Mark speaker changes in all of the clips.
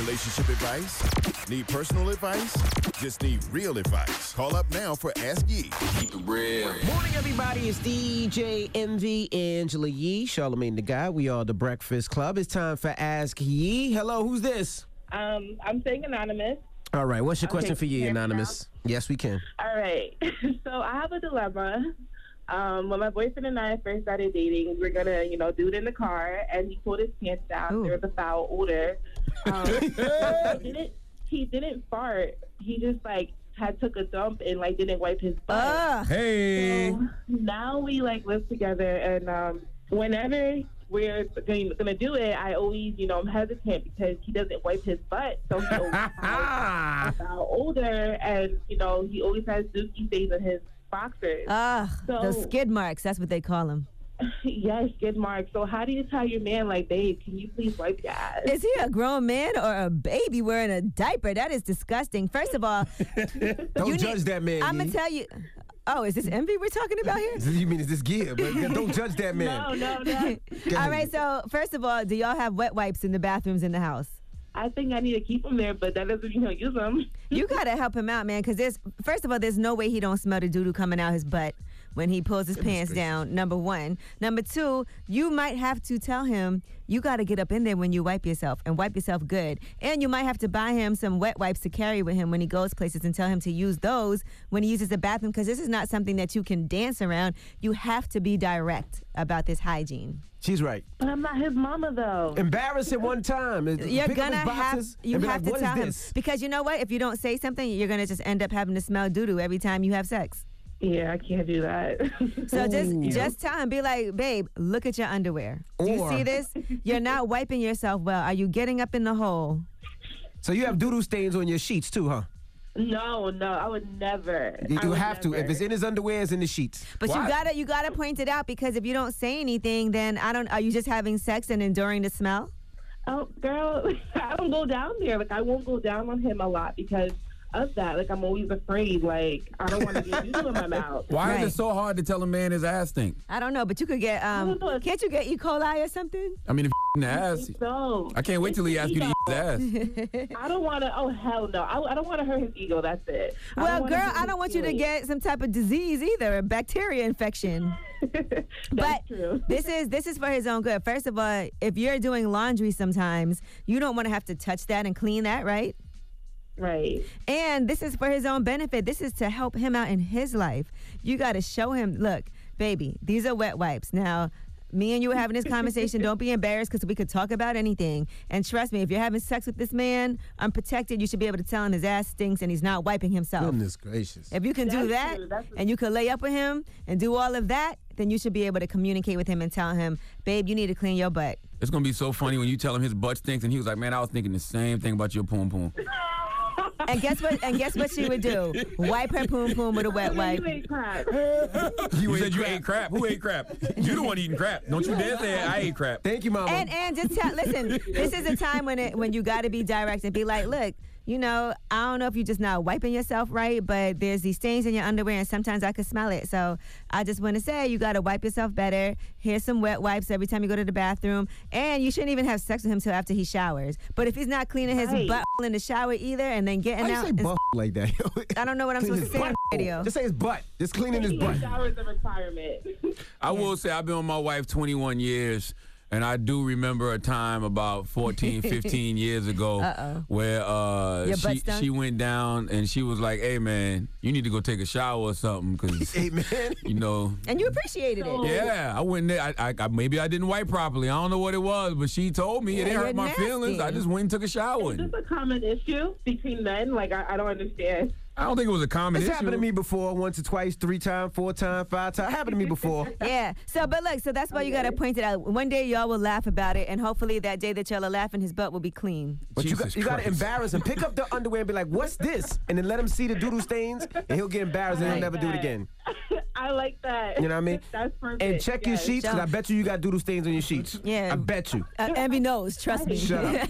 Speaker 1: Relationship advice? Need personal advice? Just need real advice. Call up now for Ask Ye. Keep it real.
Speaker 2: Morning, everybody. It's DJ MV Angela Yee, Charlemagne the Guy. We are the Breakfast Club. It's time for Ask Yee. Hello, who's this?
Speaker 3: Um, I'm saying anonymous.
Speaker 2: All right, what's your question
Speaker 3: Okay,
Speaker 2: for
Speaker 3: can you
Speaker 2: Yee,
Speaker 3: hear me
Speaker 2: Anonymous? Yes, we can.
Speaker 3: All right. so I have a dilemma. Um, when my boyfriend and I first started dating, we were gonna, you know, do it in the car, and he pulled his pants down. There was a foul odor. Um, he didn't. He didn't fart. He just like had took a dump and like didn't wipe his butt.
Speaker 4: Oh.
Speaker 5: Hey.
Speaker 3: So now we like live together, and um, whenever we're going to do it, I always, you know, I'm hesitant because he doesn't wipe his butt. So he always has about older, and you know, he always has dookie stains in his boxers.
Speaker 4: Ugh,
Speaker 3: So-
Speaker 4: those skid marks. That's what they call them.
Speaker 3: yes, good mark. So how do you tell your man, like, babe, can you please wipe your ass?
Speaker 4: Is he a grown man or a baby wearing a diaper? That is disgusting. First of all,
Speaker 2: Don't judge that man.
Speaker 4: I'm gonna
Speaker 2: Yee.
Speaker 4: tell you. Oh, is this envy we're talking about here?
Speaker 2: You mean it's this gear, but don't judge that man.
Speaker 3: no, no, no.
Speaker 4: all right. So first of all, do y'all have wet wipes in the bathrooms in the house?
Speaker 3: I think I need to keep him there, but that doesn't mean he'll use them.
Speaker 4: You gotta help him out, man. Cause there's first of all, there's no way he don't smell the doo doo coming out his butt when he pulls his pants down. Number one. Number two, you might have to tell him you gotta get up in there when you wipe yourself and wipe yourself good. And you might have to buy him some wet wipes to carry with him when he goes places and tell him to use those when he uses the bathroom. Cause this is not something that you can dance around. You have to be direct about this hygiene.
Speaker 2: She's right.
Speaker 3: But I'm not his mama, though.
Speaker 2: Embarrass him one time.
Speaker 4: You're
Speaker 2: Pick up his
Speaker 4: gonna have
Speaker 2: boxes
Speaker 4: you
Speaker 2: and be
Speaker 4: have
Speaker 2: like,
Speaker 4: to
Speaker 2: "What is
Speaker 4: tell him
Speaker 2: this?"
Speaker 4: because you know what? If you don't say something, you're gonna just end up having to smell doo doo every time you have sex.
Speaker 3: yeah, I can't do that.
Speaker 4: So just just tell him, be like, babe, look at your underwear. Do you
Speaker 2: Or-
Speaker 4: see this? You're not wiping yourself well. Are you getting up in the hole?
Speaker 2: So you have doodoo stains on your sheets too, huh?
Speaker 3: no, no, I would never.
Speaker 2: You,
Speaker 3: I
Speaker 2: you
Speaker 3: would
Speaker 2: have to. If
Speaker 3: never.
Speaker 2: it's in his underwear, it's in the sheets.
Speaker 4: But
Speaker 2: Why?
Speaker 4: you gotta you gotta point it out because if you don't say anything, then I don't. Are you just having sex and enduring the smell?
Speaker 3: Oh, girl, I don't go down there. Like, I won't go down on him a lot because of that. Like, I'm always afraid. Like, I don't want to get you in my mouth.
Speaker 5: Why is
Speaker 4: Right.
Speaker 5: it so hard to tell a man his ass stink?
Speaker 4: I don't know, but you could get um.
Speaker 3: don't know.
Speaker 4: Can't you get E. coli or something?
Speaker 5: I mean, if in the ass.
Speaker 3: So
Speaker 5: I can't wait till he asks you to eat his ass.
Speaker 3: I don't want to. Oh hell no! I, I don't want to hurt his ego. That's it. I
Speaker 4: Well,
Speaker 3: don't wanna E.
Speaker 4: girl,
Speaker 3: hurt
Speaker 4: I
Speaker 3: his
Speaker 4: don't want you to
Speaker 3: feelings.
Speaker 4: get some type of disease either, a bacteria infection.
Speaker 3: That's
Speaker 4: but
Speaker 3: true.
Speaker 4: this is this is for his own good. First of all, if you're doing laundry sometimes, you don't want to have to touch that and clean that, right?
Speaker 3: Right.
Speaker 4: And this is for his own benefit. This is to help him out in his life. You got to show him, look, baby, these are wet wipes. Now, me and you were having this conversation. Don't be embarrassed because we could talk about anything. And trust me, if you're having sex with this man unprotected, you should be able to tell him his ass stinks and he's not wiping himself.
Speaker 2: Goodness gracious.
Speaker 4: If you can do
Speaker 3: That's
Speaker 4: that
Speaker 3: true. That's-
Speaker 4: and you can lay up with him and do all of that, then you should be able to communicate with him and tell him, babe, you need to clean your butt.
Speaker 5: It's gonna be so funny when you tell him his butt stinks, and he was like, "Man, I was thinking the same thing about your poom poom."
Speaker 4: And guess what? And guess what she would do? Wipe her poom poom with a wet wipe.
Speaker 3: You ain't crap.
Speaker 5: You, said you ate crap. Who ate crap? You the one eating crap. Don't you dare say I ate crap.
Speaker 2: Thank you, Mama.
Speaker 4: And and just tell listen, this is a time when it when you gotta be direct and be like, look, you know, I don't know if you're just not wiping yourself right, but there's these stains in your underwear and sometimes I can smell it. So I just wanna say you gotta wipe yourself better. Here's some wet wipes every time you go to the bathroom. And you shouldn't even have sex with him till after he showers. But if he's not cleaning his
Speaker 3: Right.
Speaker 4: butt in the shower either and then getting
Speaker 2: Why Oh, you
Speaker 4: out
Speaker 2: say
Speaker 4: and-
Speaker 2: butt like that?
Speaker 4: I don't know what I'm
Speaker 2: Clean his
Speaker 4: supposed to say on
Speaker 2: butt.
Speaker 4: the radio.
Speaker 2: Just say his butt. Just cleaning his butt.
Speaker 3: Shower is a requirement.
Speaker 5: I will say I've been with my wife 21 years, and I do remember a time about 14, 15 years ago where uh,
Speaker 4: Your butt
Speaker 5: she,
Speaker 4: stunk?
Speaker 5: she went down and she was like, "Hey man, you need to go take a shower or something," because
Speaker 2: Hey, man.
Speaker 5: you know.
Speaker 4: And you appreciated it.
Speaker 5: Yeah, I went there. I, I, I maybe I didn't wipe properly. I don't know what it was, but she told me it
Speaker 4: Yeah,
Speaker 5: didn't
Speaker 4: you're
Speaker 5: hurt my
Speaker 4: nasty.
Speaker 5: feelings. I just went and took a shower.
Speaker 3: Is this a common issue between men? Like, I, I don't understand.
Speaker 5: I don't think it was a common
Speaker 2: This
Speaker 5: issue.
Speaker 2: happened to me before, once or twice, three times, four times, five times. Happened to me before.
Speaker 4: Yeah. So, but look, so that's why you got to point it out. One day y'all will laugh about it, and hopefully that day that y'all are laughing, his butt will be clean.
Speaker 2: But you got,
Speaker 5: Jesus
Speaker 2: you got to
Speaker 5: Christ.
Speaker 2: embarrass him. Pick up the underwear and be like, "What's this?" And then let him see the doodle stains, and he'll get embarrassed and he'll
Speaker 4: Right.
Speaker 2: never do it again.
Speaker 3: I like that.
Speaker 2: You know what I mean?
Speaker 3: That's perfect.
Speaker 2: And check your
Speaker 3: yes.
Speaker 2: sheets, because I bet you you got doodle stains on your sheets.
Speaker 4: Yeah.
Speaker 2: I bet you.
Speaker 4: Uh, Envy knows. Trust me.
Speaker 2: Shut up.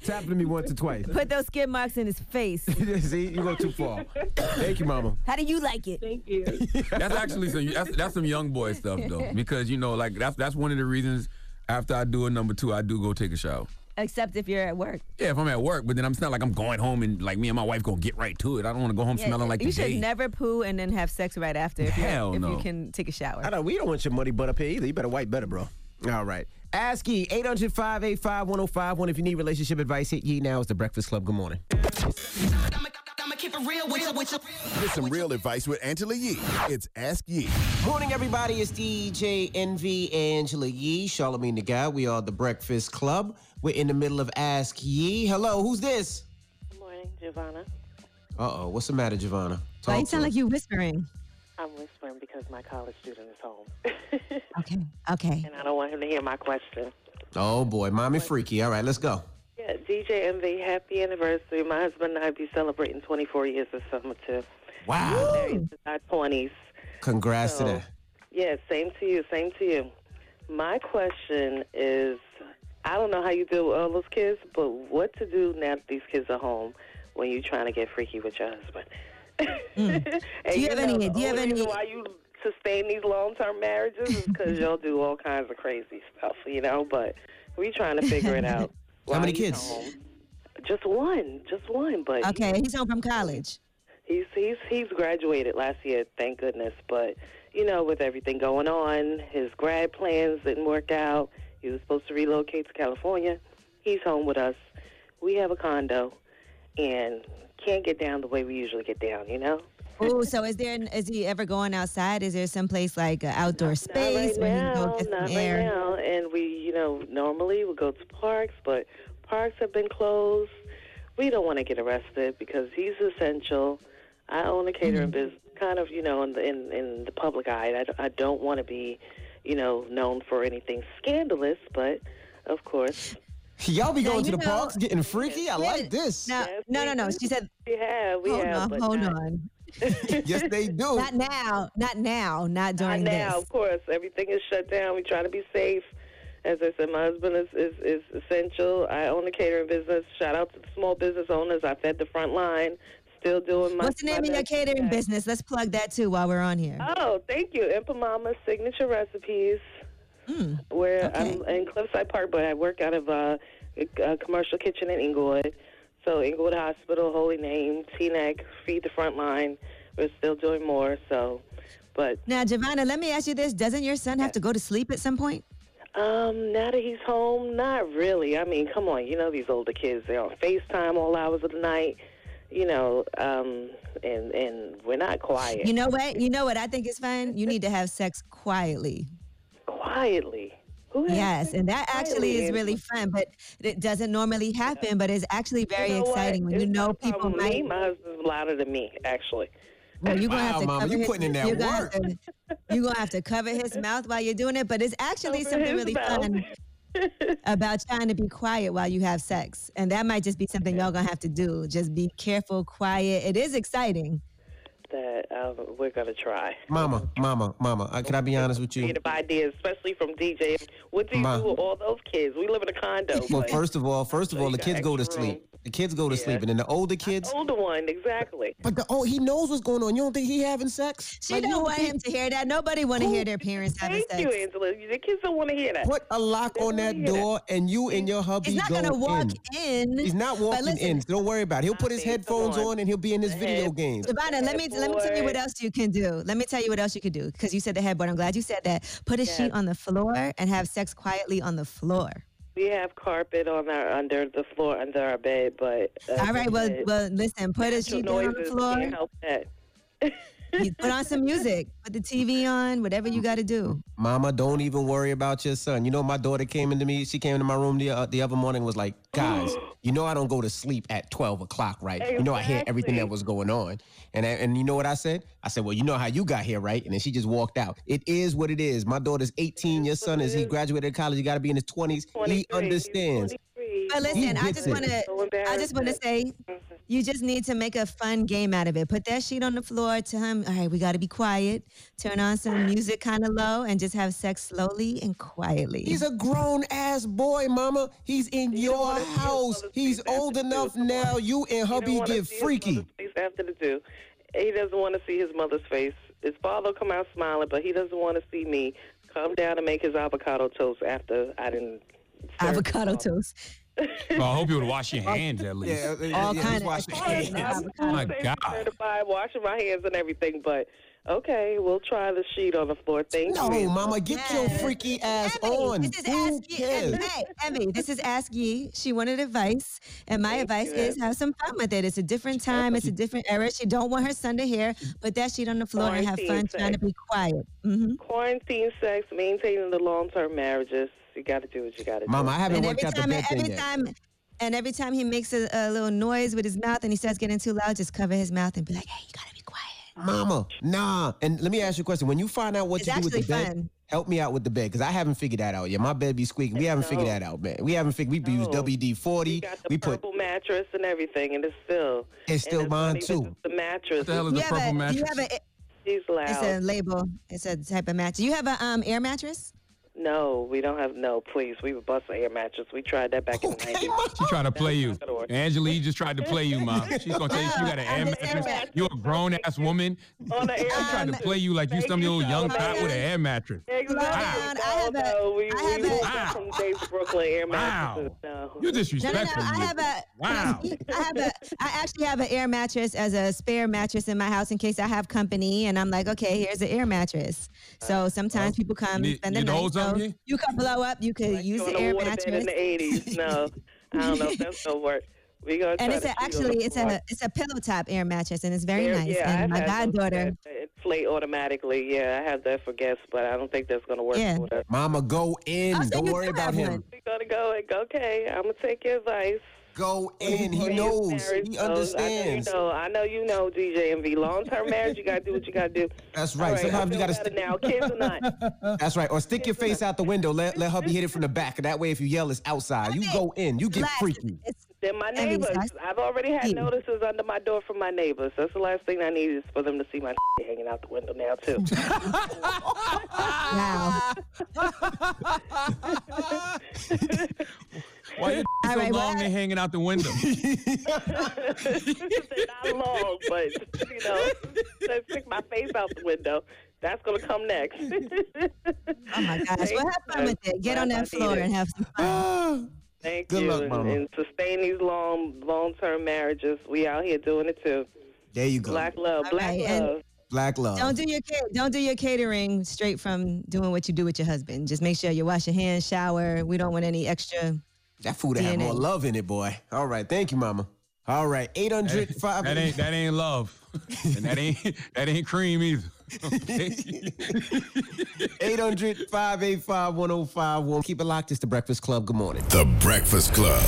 Speaker 2: It's happened to me once or twice.
Speaker 4: Put those skid marks in his face.
Speaker 2: see, you go too far. Thank you, Mama.
Speaker 4: How do you like it?
Speaker 3: Thank you.
Speaker 5: That's actually some that's, that's some young boy stuff though, because you know, like that's that's one of the reasons. After I do a number two, I do go take a shower.
Speaker 4: except if you're at work.
Speaker 5: Yeah, if I'm at work, but then I'm, it's not like I'm going home and like me and my wife gonna get right to it. I don't want to go home
Speaker 4: Yeah,
Speaker 5: smelling like
Speaker 4: you
Speaker 5: the
Speaker 4: should
Speaker 5: day.
Speaker 4: never poo and then have sex right after. If, you're-
Speaker 5: Hell
Speaker 4: if
Speaker 5: no.
Speaker 4: you can take a shower.
Speaker 2: I don't, we don't want your muddy butt up here either. You better wipe better, bro. All right. Ask Ye, 800 585 1051. If you need relationship advice, hit Ye now. It's the Breakfast Club. Good morning.
Speaker 1: Get some real advice with Angela Yee. It's Ask Yee.
Speaker 2: Morning, everybody. It's DJ NV, Angela Yee, Charlemagne the Guy. We are the Breakfast Club. We're in the middle of Ask Ye. Hello, who's this?
Speaker 6: Good morning, Giovanna.
Speaker 2: Uh oh, what's the matter, Giovanna?
Speaker 4: Why you
Speaker 2: Talk to
Speaker 4: sound
Speaker 2: us.
Speaker 4: like you whispering?
Speaker 6: I'm whispering because my college student is home.
Speaker 4: Okay. Okay.
Speaker 6: and I don't want him to hear my question.
Speaker 2: Oh boy, mommy freaky. All right, let's go.
Speaker 6: Yeah, DJ MV, happy anniversary. My husband and I be celebrating 24 years this summer, too.
Speaker 2: Wow.
Speaker 6: Married since Our 20s.
Speaker 2: Congrats to
Speaker 6: So-
Speaker 2: that.
Speaker 6: Yeah, same to you, same to you. My question is I don't know how you deal with all those kids, but what to do now that these kids are home when you're trying to get freaky with your husband? And
Speaker 4: Mm. Do you have
Speaker 6: know,
Speaker 4: any-
Speaker 6: the
Speaker 4: do you have
Speaker 6: only
Speaker 4: any-
Speaker 6: reason Why you sustain these long-term marriages is because y'all do all kinds of crazy stuff, you know. But we trying to figure it out.
Speaker 2: How many
Speaker 6: while he's
Speaker 2: kids?
Speaker 6: home. Just one, just one. But
Speaker 4: Okay. He's home from college.
Speaker 6: He's he's he's graduated last year, thank goodness. But you know, with everything going on, his grad plans didn't work out. He was supposed to relocate to California. He's home with us. We have a condo, and can't get down the way we usually get down. You know.
Speaker 4: Oh, so is there? Is he ever going outside? Is there someplace like an outdoor space
Speaker 6: not right
Speaker 4: where he can
Speaker 6: now,
Speaker 4: go get
Speaker 6: not
Speaker 4: some
Speaker 6: right
Speaker 4: air?
Speaker 6: now. And we, you know, normally we go to parks, but parks have been closed. We don't want to get arrested because he's essential. I own a catering
Speaker 4: Mm-hmm.
Speaker 6: business, kind of, you know, in the in, in the public eye. and I, d- I don't want to be, you know, known for anything scandalous, but of course,
Speaker 2: Y'all be
Speaker 4: Now,
Speaker 2: going to
Speaker 4: you
Speaker 2: the
Speaker 4: know-
Speaker 2: parks getting freaky? I like this.
Speaker 4: No,
Speaker 6: Yes,
Speaker 4: no,
Speaker 6: we
Speaker 4: no, no.
Speaker 6: do.
Speaker 4: She said,
Speaker 6: we have, we
Speaker 4: "Hold
Speaker 6: have,
Speaker 4: on,
Speaker 6: but
Speaker 4: Oh, hold
Speaker 6: not, Oh.
Speaker 4: on."
Speaker 2: Yes, they do.
Speaker 4: Not now. Not now. Not
Speaker 6: Not
Speaker 4: during
Speaker 6: now,
Speaker 4: this.
Speaker 6: of course. Everything is shut down. We try to be safe. As I said, my husband is, is, is essential. I own a catering business. Shout out to the small business owners. I fed the front line. Still doing my.
Speaker 4: What's the
Speaker 6: my
Speaker 4: name of your
Speaker 6: best.
Speaker 4: catering business? Let's plug that too while we're on here.
Speaker 6: Oh, thank you. Impamama Signature Recipes.
Speaker 4: Hmm,
Speaker 6: where I'm in Cliffside Park, but I work out of uh, a, a commercial kitchen in Inglewood. So Inglewood Hospital, Holy Name, Teaneck, Feed the Front Line. We're still doing more. So, but
Speaker 4: Now, Giovanna, let me ask you this: Doesn't your son have to go to sleep at some point?
Speaker 6: Um, now that he's home, not really. I mean, come on, you know these older kids, they're on FaceTime all hours of the night, you know, um, and and we're not quiet.
Speaker 4: You know what? You know what? I think it's fine. You need to have sex quietly.
Speaker 6: quietly. Who has
Speaker 4: Yes,
Speaker 6: sex
Speaker 4: and that
Speaker 6: quietly
Speaker 4: actually is
Speaker 6: in-
Speaker 4: really fun, but it doesn't normally happen. But it's actually very
Speaker 6: You know what?
Speaker 4: exciting when you
Speaker 6: It's
Speaker 4: know
Speaker 6: not a
Speaker 4: people
Speaker 6: problem with
Speaker 4: might.
Speaker 6: Me, my husband's louder than me, actually.
Speaker 4: Well, you're gonna
Speaker 2: Wow,
Speaker 4: have to
Speaker 2: Mama,
Speaker 4: cover
Speaker 2: you
Speaker 4: his,
Speaker 2: putting in that
Speaker 4: you're gonna have to- you're gonna have to cover his mouth while you're doing it, but it's actually
Speaker 6: Cover
Speaker 4: something
Speaker 6: his
Speaker 4: really
Speaker 6: mouth.
Speaker 4: fun about trying to be quiet while you have sex, and that might just be something y'all gonna have to do. Just be careful, quiet. It is exciting.
Speaker 6: That um, we're gonna try.
Speaker 2: Mama, mama, mama. Uh, can I be honest with you?
Speaker 6: Creative ideas, especially from DJ. What do you
Speaker 2: Ma.
Speaker 6: do with all those kids? We live in a condo.
Speaker 2: Well,
Speaker 6: but-
Speaker 2: first of all, first of all, the
Speaker 6: got
Speaker 2: kids go to
Speaker 6: extra
Speaker 2: sleep.
Speaker 6: room.
Speaker 2: The kids go to sleep, and then the older kids.
Speaker 6: older one, exactly.
Speaker 2: But the oh, he knows what's going on. You don't think he having sex?
Speaker 4: She
Speaker 2: Like, you
Speaker 4: don't
Speaker 2: don't
Speaker 4: want
Speaker 2: think-
Speaker 4: him to hear that. Nobody want to hear their parents having
Speaker 6: Thank Oh, you,
Speaker 4: sex.
Speaker 6: Angela. The kids don't want to hear that.
Speaker 2: Put a lock on that
Speaker 6: Yeah.
Speaker 2: door, and you and your hubby
Speaker 4: He's not
Speaker 2: going
Speaker 4: gonna walk in.
Speaker 2: He's not
Speaker 4: but
Speaker 2: walking
Speaker 4: listen,
Speaker 2: in. so Don't worry about it. He'll put his
Speaker 6: mean, come
Speaker 2: headphones
Speaker 6: on.
Speaker 2: on, and he'll be in his video
Speaker 6: head-
Speaker 2: games.
Speaker 4: Ivana, let me let me tell you what
Speaker 6: Headboard.
Speaker 4: else you can do. Let me tell you what else you could do because you said the headboard. I'm glad you said that. Put a sheet on the floor and have sex quietly on the floor.
Speaker 6: We have carpet on our under the floor under our bed, but uh,
Speaker 4: All right. Well,
Speaker 6: the
Speaker 4: well, listen. Put a sheet down on the
Speaker 6: noises
Speaker 4: floor.
Speaker 6: can't help that.
Speaker 4: You put on some music. Put the TV on. Whatever you got to do.
Speaker 2: Mama, don't even worry about your son. You know, my daughter came into me. She came into my room the, uh, the other morning and was like, guys, you know, I don't go to sleep at 12 o'clock, right? You know, I hear everything that
Speaker 6: Exactly.
Speaker 2: was going on. And, I, and you know what I said? I said, well, you know how you got here, right? And then she just walked out. It is what it is. My daughter's 18. Your son is, he graduated college. You got to be in his 20s. He
Speaker 6: 23,
Speaker 2: understands.
Speaker 6: 23.
Speaker 4: But listen, I
Speaker 2: gets
Speaker 4: just
Speaker 2: it.
Speaker 4: want to.
Speaker 6: So
Speaker 4: I just want to say, you just need to make a fun game out of it. Put that sheet on the floor. Tell him, all right, we got to be quiet. Turn on some music, kind of low, and just have sex slowly and quietly.
Speaker 2: He's a grown ass boy, mama. He's in your
Speaker 6: wanna see his
Speaker 2: house.
Speaker 6: mother's
Speaker 2: He's
Speaker 6: face after
Speaker 2: old
Speaker 6: the deal,
Speaker 2: enough
Speaker 6: come
Speaker 2: now.
Speaker 6: on.
Speaker 2: You and
Speaker 6: He don't
Speaker 2: hubby
Speaker 6: wanna
Speaker 2: get
Speaker 6: see his
Speaker 2: freaky.
Speaker 6: mother's face After the do, he doesn't want to see his mother's face. His father will come out smiling, but he doesn't want to see me come down and make his avocado toast after I didn't. serve his
Speaker 4: avocado
Speaker 6: father.
Speaker 4: toast.
Speaker 7: Well, I hope you would wash your hands at least.
Speaker 2: Yeah, yeah,
Speaker 4: All
Speaker 2: yeah, just
Speaker 4: kind of
Speaker 2: wash your
Speaker 4: exercise.
Speaker 2: hands.
Speaker 7: My
Speaker 6: Safe
Speaker 7: God.
Speaker 6: certified, washing my hands and everything. But okay, we'll try the sheet on the floor. Thank
Speaker 2: No,
Speaker 6: you.
Speaker 2: mama, get your
Speaker 4: Yes.
Speaker 2: freaky ass
Speaker 4: Emmy,
Speaker 2: on.
Speaker 4: This is
Speaker 2: Who
Speaker 4: Ask Ye. Emmy,
Speaker 2: cares?
Speaker 4: hey, Emmy, this is Ask Ye. She wanted advice, and my advice
Speaker 6: you,
Speaker 4: is have some fun with it. It's a different time. It's a different era. She don't want her son to hear. Put that sheet on the
Speaker 2: Oh,
Speaker 4: floor and have fun
Speaker 6: Quarantine
Speaker 4: trying to be quiet. hmm
Speaker 6: Quarantine sex, maintaining the long term marriages. You got to do what you got to do.
Speaker 2: Mama, I haven't
Speaker 4: And
Speaker 2: worked
Speaker 4: every
Speaker 2: out the
Speaker 4: time,
Speaker 2: bed thing
Speaker 4: every
Speaker 2: yet.
Speaker 4: time, and every time he makes a, a little noise with his mouth and he starts getting too loud, just cover his mouth and be like, "Hey, you gotta be quiet."
Speaker 2: Mama, nah. And let me ask you a question. When you find out what
Speaker 4: It's
Speaker 2: to do with the
Speaker 4: actually
Speaker 2: bed,
Speaker 4: fun.
Speaker 2: help me out with the bed because I haven't figured that out yet. My bed be squeaking. We haven't figured
Speaker 6: No.
Speaker 2: that out, man. We haven't figured. We've used
Speaker 6: No.
Speaker 2: WD
Speaker 6: we
Speaker 2: forty.
Speaker 6: got the
Speaker 2: We put
Speaker 6: purple mattress and everything, and it's still.
Speaker 2: it's
Speaker 6: and
Speaker 2: still
Speaker 6: it's
Speaker 2: mine
Speaker 6: not even
Speaker 2: too.
Speaker 6: just The mattress.
Speaker 5: What the hell is
Speaker 4: You
Speaker 5: a
Speaker 4: have
Speaker 5: purple
Speaker 4: a, you
Speaker 5: mattress?
Speaker 4: have a,
Speaker 6: She's loud.
Speaker 4: it's a label. It's a type of mattress. You have a um air mattress.
Speaker 6: No, we don't have no. Please, we would bust an air mattress. We tried that back in the
Speaker 2: Okay,
Speaker 6: nineties.
Speaker 2: mama.
Speaker 7: She tried to play you.
Speaker 6: not gonna work.
Speaker 7: Angela, you just tried to play you, mom. She's gonna tell you she got an air
Speaker 4: Uh, I'm just
Speaker 7: mattress.
Speaker 4: saying.
Speaker 7: You're a grown ass woman.
Speaker 6: On the air
Speaker 7: She tried to
Speaker 4: mattress.
Speaker 7: play you like you
Speaker 6: Thank
Speaker 7: some
Speaker 6: you
Speaker 7: old
Speaker 6: so
Speaker 7: young
Speaker 6: much.
Speaker 7: cop with an air mattress.
Speaker 6: Exactly.
Speaker 4: Wow. I have a-
Speaker 6: no, we,
Speaker 4: I have
Speaker 6: we
Speaker 4: a-
Speaker 6: moved from Dave's Brooklyn air mattresses.
Speaker 7: Wow. You
Speaker 6: No.
Speaker 4: No, no, no.
Speaker 7: disrespectful.
Speaker 4: I
Speaker 7: you.
Speaker 4: have a.
Speaker 7: Wow.
Speaker 4: I have a. I actually have an air mattress as a spare mattress in my house in case I have company, and I'm like, okay, here's an air mattress. So sometimes people come
Speaker 7: need-
Speaker 4: spend the
Speaker 7: need
Speaker 4: night.
Speaker 7: those
Speaker 4: so
Speaker 7: on you?
Speaker 4: you can blow up. You could use
Speaker 6: On
Speaker 4: the
Speaker 6: a
Speaker 4: air
Speaker 6: waterbed in
Speaker 4: mattress.
Speaker 6: the eighties. No, I don't know if that's gonna work. We gonna
Speaker 4: And
Speaker 6: try
Speaker 4: it's
Speaker 6: to
Speaker 4: a,
Speaker 6: shoot on the
Speaker 4: actually it's
Speaker 6: floor.
Speaker 4: a it's a pillow top air mattress and it's very
Speaker 6: Air-
Speaker 4: nice.
Speaker 6: Yeah,
Speaker 4: and
Speaker 6: I've
Speaker 4: my
Speaker 6: had those
Speaker 4: goddaughter,
Speaker 6: that Inflate automatically. Yeah, I have that for guests, but I don't think that's gonna work.
Speaker 4: Yeah.
Speaker 6: for us.
Speaker 2: Mama, go in.
Speaker 4: Oh, so
Speaker 2: Don't
Speaker 4: you
Speaker 2: worry
Speaker 4: do
Speaker 2: about
Speaker 4: have
Speaker 2: him.
Speaker 4: one.
Speaker 6: we gonna go and go. Okay, I'm gonna take your advice.
Speaker 2: Go in. He
Speaker 6: Long-term
Speaker 2: knows.
Speaker 6: marriage
Speaker 2: He
Speaker 6: goes.
Speaker 2: understands.
Speaker 6: I know you know. I know you know, DJ and V. Long term marriage, you gotta do what you gotta do.
Speaker 2: That's
Speaker 6: All
Speaker 2: right.
Speaker 6: I
Speaker 2: Sometimes you
Speaker 6: feel
Speaker 2: gotta.
Speaker 6: better
Speaker 2: St-
Speaker 6: now. Kids or not.
Speaker 2: that's right. Or stick your face out the window. Let let hubby hit it from the back. That way, if you yell, it's outside. You go in. You get
Speaker 4: Relax.
Speaker 2: freaky.
Speaker 4: It's-
Speaker 6: Then my
Speaker 4: That means
Speaker 6: neighbors.
Speaker 4: I-
Speaker 6: I've already had
Speaker 4: Mm.
Speaker 6: notices under my door from my neighbors. That's the last thing I need is for them to see my hanging out the window now too. Ah,
Speaker 4: wow.
Speaker 7: Why you
Speaker 4: All
Speaker 7: so
Speaker 4: right, well,
Speaker 7: long
Speaker 4: I-
Speaker 7: and hanging out the window?
Speaker 6: They're not long, but you know, they stick my face out the window. That's gonna come next.
Speaker 4: Oh my gosh. Well, have fun with it. Get on that floor and have some fun.
Speaker 6: Thank
Speaker 2: Good
Speaker 6: you.
Speaker 2: luck,
Speaker 6: and,
Speaker 2: Mama.
Speaker 6: and sustain these long, long-term marriages. We out here doing it too.
Speaker 2: there you go.
Speaker 6: Black love, black
Speaker 4: right, and-
Speaker 6: love.
Speaker 2: Black love.
Speaker 4: Don't do your ca- don't do your catering straight from doing what you do with your husband. Just make sure you wash your hands, shower. We don't want any extra.
Speaker 2: That food had
Speaker 4: DNA.
Speaker 2: more love in it, boy. All right. Thank you, mama. All right. 800
Speaker 7: That ain't that ain't love, and that ain't that ain't cream either. Okay?
Speaker 2: 800 585 1051. Keep it locked. It's the Breakfast Club. Good morning.
Speaker 1: The Breakfast Club.